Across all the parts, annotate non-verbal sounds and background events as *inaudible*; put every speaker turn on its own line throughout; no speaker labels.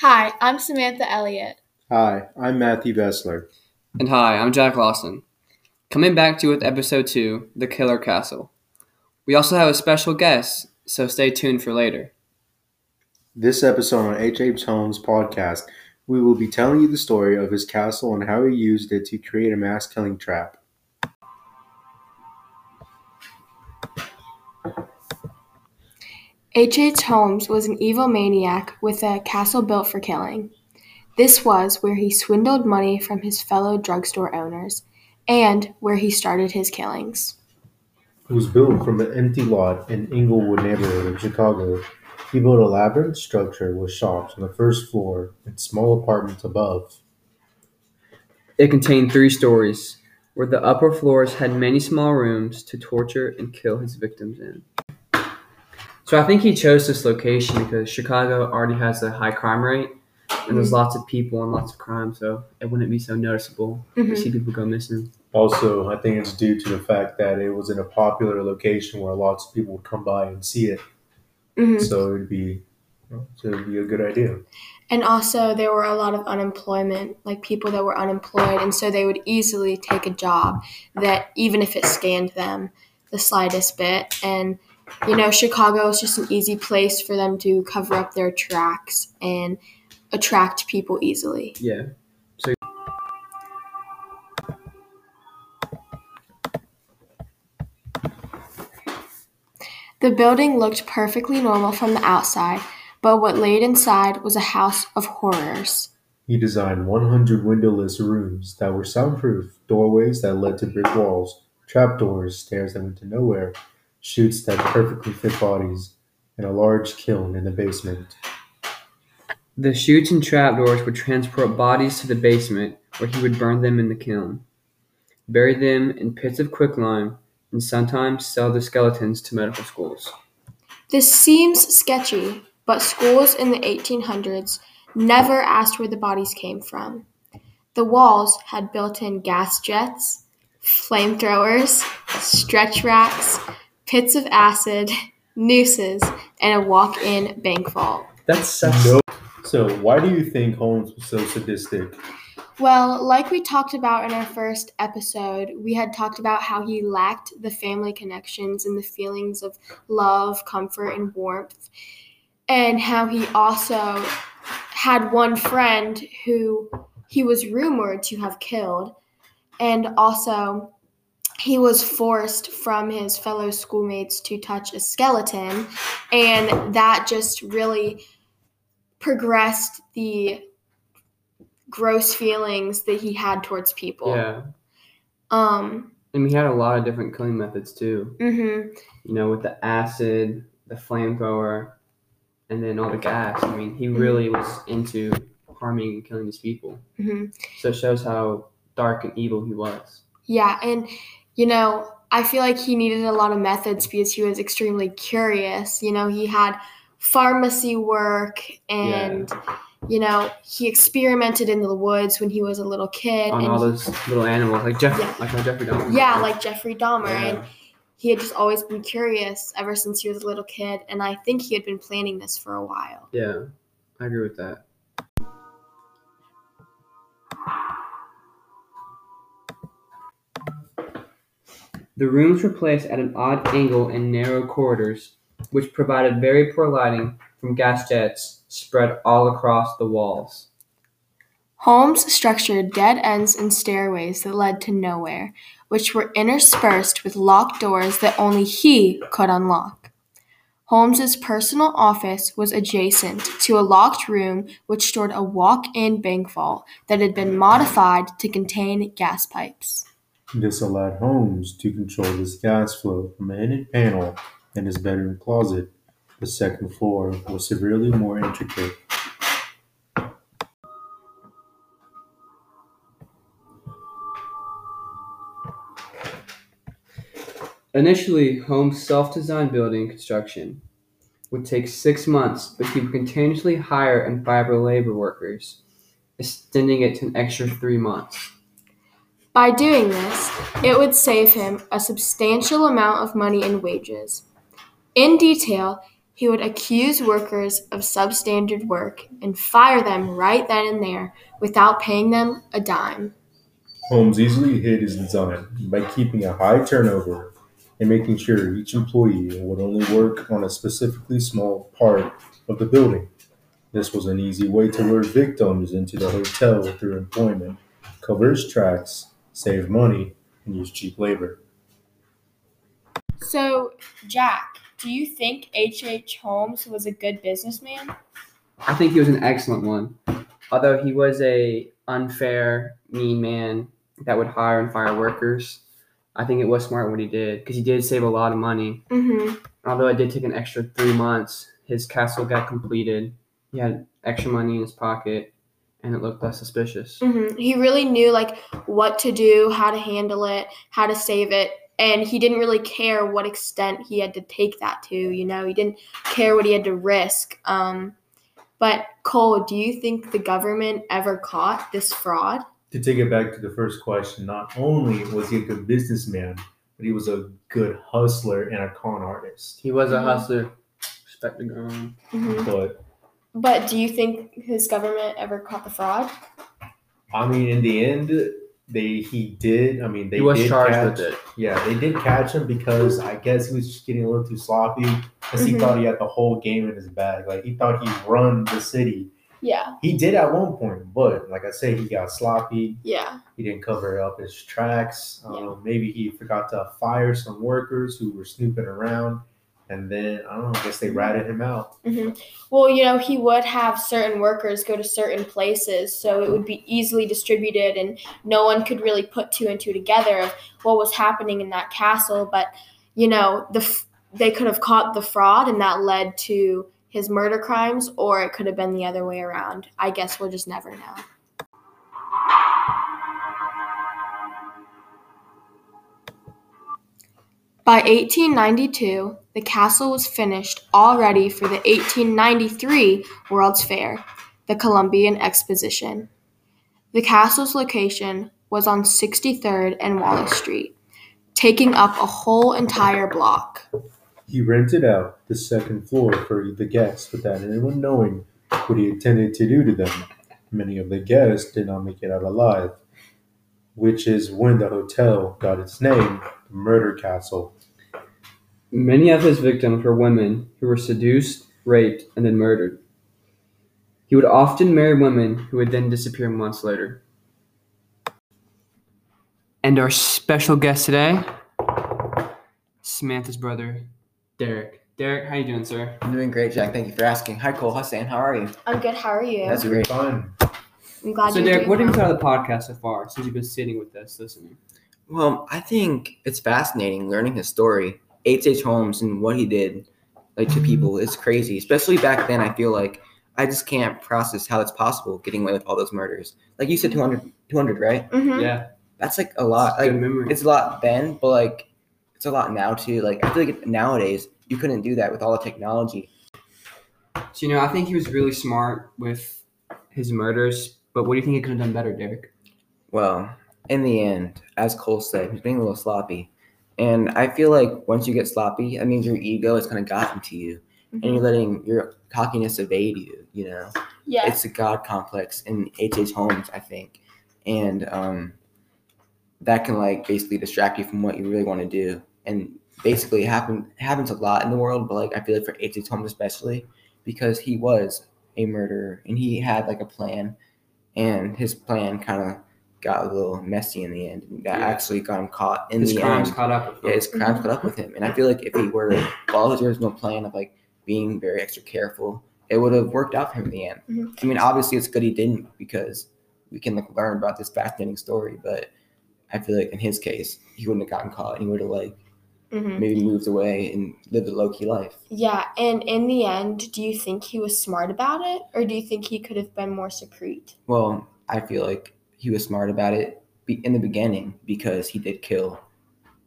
Hi, I'm Samantha Elliott.
Hi, I'm Matthew Vessler.
And hi, I'm Jack Lawson. Coming back to you with episode 2, The Killer Castle. We also have a special guest, so stay tuned for later.
This episode on H.H. Holmes' podcast, we will be telling you the story of his castle and how he used it to create a mass killing trap.
H. H. Holmes was an evil maniac with a castle built for killing. This was where he swindled money from his fellow drugstore owners and where he started his killings.
It was built from an empty lot in Inglewood neighborhood of Chicago. He built a labyrinth structure with shops on the first floor and small apartments above.
It contained three stories, where the upper floors had many small rooms to torture and kill his victims in. So I think he chose this location because Chicago already has a high crime rate, and there's lots of people and lots of crime, so it wouldn't be so noticeable to
Mm-hmm.
see people go missing.
Also, I think it's due to the fact that it was in a popular location where lots of people would come by and see it,
Mm-hmm.
Mhm.
so it'd be so it'd be a good idea.
And also, there were a lot of unemployment, like people that were unemployed, and so they would easily take a job that, even if it scanned them the slightest bit, and you know, Chicago is just an easy place for them to cover up their tracks and attract people easily.
Yeah.
The building looked perfectly normal from the outside, but what laid inside was a house of horrors.
He designed 100 windowless rooms that were soundproof, doorways that led to brick walls, trapdoors, stairs that went to nowhere, chutes that perfectly fit bodies, and a large kiln in the basement.
The chutes and trapdoors would transport bodies to the basement, where he would burn them in the kiln, bury them in pits of quicklime, and sometimes sell the skeletons to medical schools.
This seems sketchy, but schools in the 1800s never asked where the bodies came from. The walls had built in gas jets, flamethrowers, stretch racks, pits of acid, nooses, and a walk in bank vault.
That's such.
No. So, why do you think Holmes was so sadistic?
Well, like we talked about in our first episode, we had talked about how he lacked the family connections and the feelings of love, comfort, and warmth, and how he also had one friend who he was rumored to have killed, and also he was forced from his fellow schoolmates to touch a skeleton, and that just really progressed the gross feelings that he had towards people.
Yeah.
Um.
And we had a lot of different killing methods too.
Mhm.
You know, with the acid, the flamethrower, and then all the gas. I mean, he really
Mm-hmm.
was into harming and killing these people.
Mhm.
So it shows how dark and evil he was.
Yeah, and you know, I feel like he needed a lot of methods because he was extremely curious. You know, he had pharmacy work and you know, he experimented in the woods when he was a little kid
On
and
all
he-
those little animals, like Jeff,
Yeah.
like how Jeffrey Dahmer.
yeah, like Jeffrey Dahmer and
Yeah.
he had just always been curious ever since he was a little kid and I think he had been planning this for a while.
yeah, I agree with that. The rooms were placed at an odd angle in narrow corridors, which provided very poor lighting from gas jets spread all across the walls.
Holmes structured dead ends and stairways that led to nowhere, which were interspersed with locked doors that only he could unlock. Holmes's personal office was adjacent to a locked room which stored a walk-in bank vault that had been modified to contain gas pipes.
This allowed Holmes to control his gas flow from a hidden panel in his bedroom closet. The second floor was severely more intricate.
Initially, Holmes' self designed building construction would take six months, but he would continuously hire and fire labor workers, extending it to an extra three months.
By doing this, it would save him a substantial amount of money in wages. In detail, He would accuse workers of substandard work and fire them right then and there without paying them a dime.
Holmes easily hid his design by keeping a high turnover and making sure each employee would only work on a specifically small part of the building. This was an easy way to lure victims into the hotel through employment, cover his tracks, save money, and use cheap labor.
So, Jack, do you think H.H. H. Holmes was a good businessman?
I think he was an excellent one, although he was a unfair, mean man that would hire and fire workers. I think it was smart what he did because he did save a lot of money.
Mm-hmm.
Although it did take an extra three months, his castle got completed. He had extra money in his pocket, and it looked less suspicious.
Mm-hmm. He really knew like what to do, how to handle it, how to save it, and he didn't really care what extent he had to take that to. You know, he didn't care what he had to risk. Um, but Cole, do you think the government ever caught this fraud?
To take it back to the first question, not only was he a good businessman, but he was a good hustler and a con artist.
He was a
Mhm.
hustler. Respect the ground.
Mm-hmm.
But
But do you think his government ever caught the fraud?
I mean, in the end, they he did. I mean, they
He was
did
charged
catch,
with it.
Yeah, they did catch him because I guess he was just getting a little too sloppy because he
Mhm.
thought he had the whole game in his bag. Like he thought he'd run the city.
Yeah.
He did at one point, but like I say, he got sloppy.
Yeah.
He didn't cover up his tracks. Um,
Yeah.
Maybe he forgot to fire some workers who were snooping around. And then, I don't know, I guess they ratted him out.
Well, you know, he would have certain workers go to certain places, so it would be easily distributed, and no one could really put two and two together of what was happening in that castle. But, you know, the f- they could have caught the fraud, and that led to his murder crimes, or it could have been the other way around. I guess we'll just never know. By 1892, the castle was finished, all ready for the 1893 World's Fair, the Columbian Exposition. The castle's location was on 63rd and Wallace Street, taking up a whole entire block.
He rented out the second floor for the guests without anyone knowing what he intended to do to them. Many of the guests did not make it out alive, which is when the hotel got its name, the Murder Castle.
Many of his victims were women who were seduced, raped, and then murdered. He would often marry women who would then disappear months later. And our special guest today, Samantha's brother, Derek. Derek, how you doing, sir?
I'm doing great, Jack. Thank you for asking. Hi, Cole. Hi, Stan. How are you?
I'm good, how are you?
That's great.
Fun.
I'm glad
so,
you're
Derek,
doing
what have you
well.
thought of the podcast so far since you've been sitting with us listening?
Well, I think it's fascinating learning his story, H. H. Holmes, and what he did, like to people. It's crazy, especially back then. I feel like I just can't process how it's possible getting away with all those murders. Like you said, 200, 200, right?
Mhm.
Yeah,
That's like a lot.
good
Like
memory.
it's a lot then, but like it's a lot now too. Like I feel like nowadays you couldn't do that with all the technology.
So, you know, I think he was really smart with his murders, but what do you think he could have done better, Derek?
Well, in the end, as Cole said, he's being a little sloppy. And I feel like once you get sloppy, that means your ego has kind of gotten to you. And you're letting your cockiness evade you, you know?
Yeah.
It's a God complex in H.H. Holmes, I think. And um, that can, like, basically distract you from what you really want to do. And basically, it happen, happens a lot in the world, but, like, I feel like for H.H. Holmes especially, because he was a murderer and he had, like, a plan. And his plan kind of got a little messy in the end. And that
Yeah.
actually got him caught in
his
the
crimes
end
caught up with
yeah,
him.
his crimes caught up with him. And I feel like if he were to follow his original plan of like being very extra careful, it would have worked out for him in the end.
Mhm.
I mean, obviously it's good he didn't because we can like learn about this fascinating story, but I feel like in his case, he wouldn't have gotten caught and he would have like
Mhm.
maybe moved away and lived a low key life.
Yeah, and in the end, do you think he was smart about it, or do you think he could have been more secrete?
Well, I feel like he was smart about it be- in the beginning because he did kill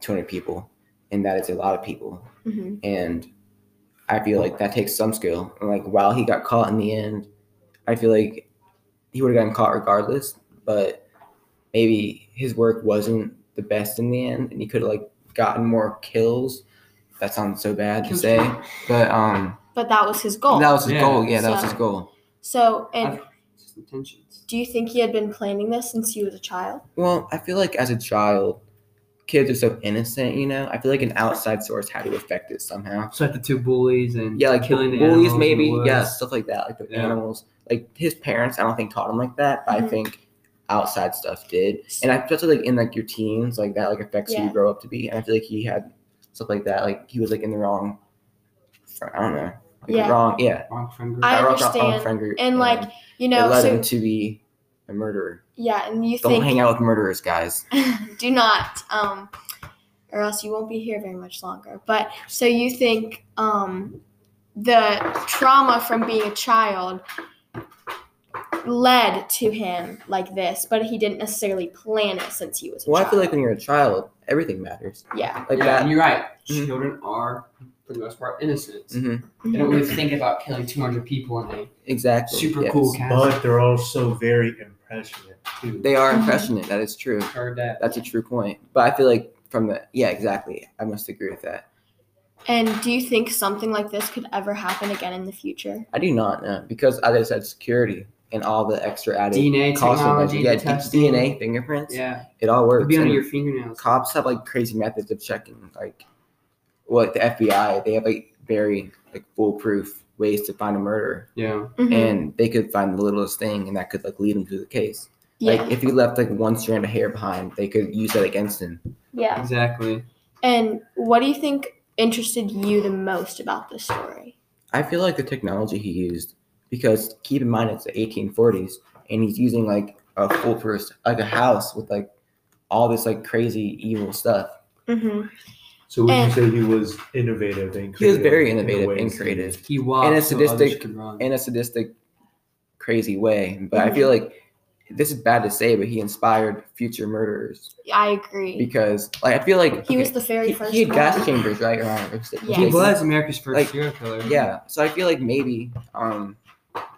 200 people, and that is a lot of people.
Mm-hmm.
and I feel like that takes some skill. And like while he got caught in the end, I feel like he would have gotten caught regardless, but maybe his work wasn't the best in the end, and he could have like gotten more kills. That sounds so bad to
Kills
say, but um,
but that was his goal.
That was his
Yeah.
goal. Yeah, that was
So-
his goal.
so, and
I've- It's intentions.
do you think he had been planning this since he was a child?
Well, I feel like as a child, kids are so innocent. You know, I feel like an outside source had to affect it somehow.
So like the two bullies and
Yeah, like
killing the
bullies,
animals in the
maybe.
woods.
Yeah, stuff like that. Like the
Yeah.
animals. Like his parents, I don't think taught him like that. But I
Mhm.
think outside stuff did, and I feel like in like your teens, like that like affects who you
Yeah.
grow up to be. And I feel like he had stuff like that. Like he was like in the wrong. fr- I don't know. Like,
Yeah.
Wrong. Yeah.
Wrong friend group.
I
That wrong- wrong
understand.
friend group,
And, like, You
it
know,
led
so
him to be a murderer.
yeah, and you
Don't
think
hang out with murderers,
*laughs*
guys.
do not um or else you won't be here very much longer but so you think um the trauma from being a child led to him like this but he didn't necessarily plan it since he was a
Well,
child
I feel like when you're a child, everything matters.
yeah
Like
yeah,
that.
and you're right.
Mhm.
Children are, for the most part, innocent.
Mhm,
They don't really think about killing 200 people in a
Exactly.
super
yes.
cool castle.
But they're also very impressionate too.
They are
Mhm.
impressionate. That is true.
Heard that.
That's a true point. But I feel like from the yeah, exactly. I must agree with that.
and do you think something like this could ever happen again in the future
I do not know because I just had security and all the extra added
DNA
cost of like,
technology,
yeah,
the
d-
testing.
DNA fingerprints.
Yeah,
It all
it'd
works.
be under
and
your fingernails.
cops have like crazy methods of checking like what the FBI they have like very like foolproof ways to find a murderer
Yeah,
Mhm.
and they could find the littlest thing and that could like lead them to the case.
yeah
Like if he left like one strand of hair behind, they could use that against him.
yeah
exactly.
and what do you think interested you the most about this story
I feel like the technology he used, because keep in mind it's the 1840s, and he's using like a full first, like a house with like all this like crazy evil stuff.
mm-hmm.
so would you
and-
say he was innovative and creative?
He was very
in the
innovative
ways
and
he-
creative
He walked
And a
so others
sadistic-
could run.
in a sadistic, crazy way. But
Mm-hmm.
I feel like this is bad to say, but he inspired future murderers
i agree
because like I feel like
he was
okay,
the very
he,
first
he had
one.
gas chambers right around. him.
Yeah.
He was America's first
Like,
serial killer.
Yeah, so I feel like maybe um,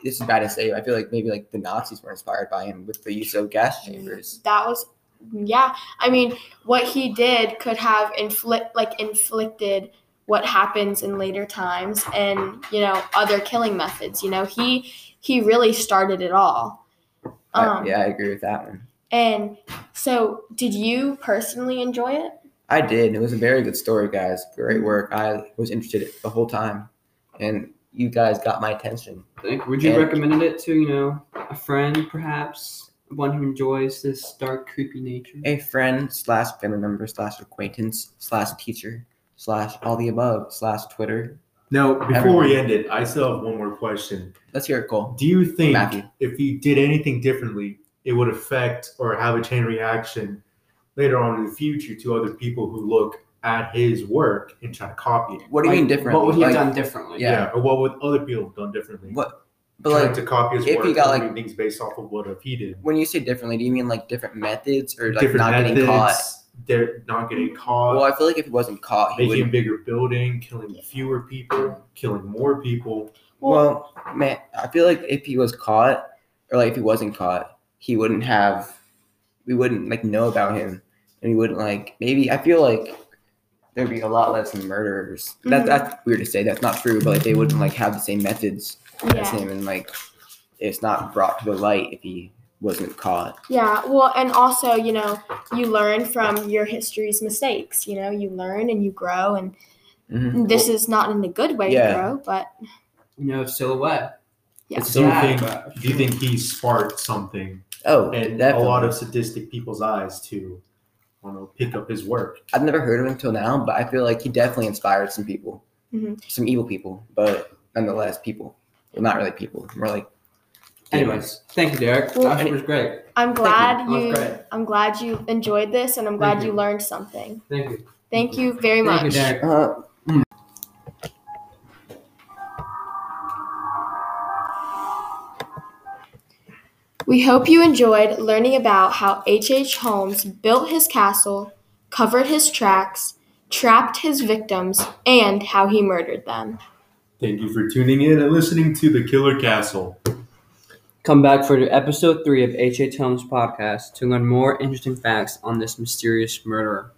this is bad to say. But I feel like maybe like the Nazis were inspired by him with the use of gas chambers.
that was yeah i mean what he did could have inflict like inflicted what happens in later times and you know other killing methods you know he he really started it all
I-
um
Uh, yeah, I agree with that one.
and so did you personally enjoy it
I did. and It was a very good story, guys. Great work. I was interested the whole time, and you guys got my attention.
I think- would you
And-
recommend it to you know a friend, perhaps one who enjoys this dark, creepy nature?
A friend slash family member slash acquaintance slash teacher slash all the above slash Twitter.
Now, before we end it, I still have one more question.
Let's hear it, Cole.
Do you think
Matthew.
if you did anything differently, it would affect or have a chain reaction later on in the future to other people who look at his work and try to copy it?
What do you
Like,
mean different?
What would he
Like,
have done differently?
Yeah.
or what would other people have done differently?
What? But
Trying
like,
to copy his
if
work
he got,
and
like-
doing things based off of what if he did.
when you say differently, do you mean like different methods or like
Different
not
methods,
getting caught?
they're not getting caught,
Well, I feel like if he wasn't caught, he
making a
would.
bigger building, killing fewer people, killing more people.
Well, man, I feel like if he was caught, or like if he wasn't caught, he wouldn't have, we wouldn't like know about him, and we wouldn't like maybe. I feel like there'd be a lot less murderers. That
Mhm.
that's weird to say. That's not true, but like they wouldn't like have the same methods as
yeah
him, and like it's not brought to the light if he wasn't caught.
yeah well and also you know you learn from your history's mistakes you know you learn and you grow and
Mm-hmm.
Mhm.
this is not in a good way
Yeah.
to grow but
You know, it's still a web.
yeah
It's
Do you
so-
think-
Sad, but-
Do you think he sparked something
Oh,
and a
definitely.
lot of sadistic people's eyes to want to pick up his work?
I've never heard of him until now, but I feel like he definitely inspired some people,
Mhm.
some evil people, but nonetheless, people. Well, not really people, more like.
Anyways, thank you, Derek.
Well,
that was great.
i'm
That
glad
was
you
great.
i'm glad you enjoyed this and i'm glad
Thank
you
you.
learned something
Thank you.
Thank you very
Thank you,
much.
Derek.
Uh,
we hope you enjoyed learning about how H.H. H. Holmes built his castle, covered his tracks, trapped his victims, and how he murdered them.
Thank you for tuning in and listening to The Killer Castle.
Come back for episode three of H.A. Holmes podcast to learn more interesting facts on this mysterious murderer.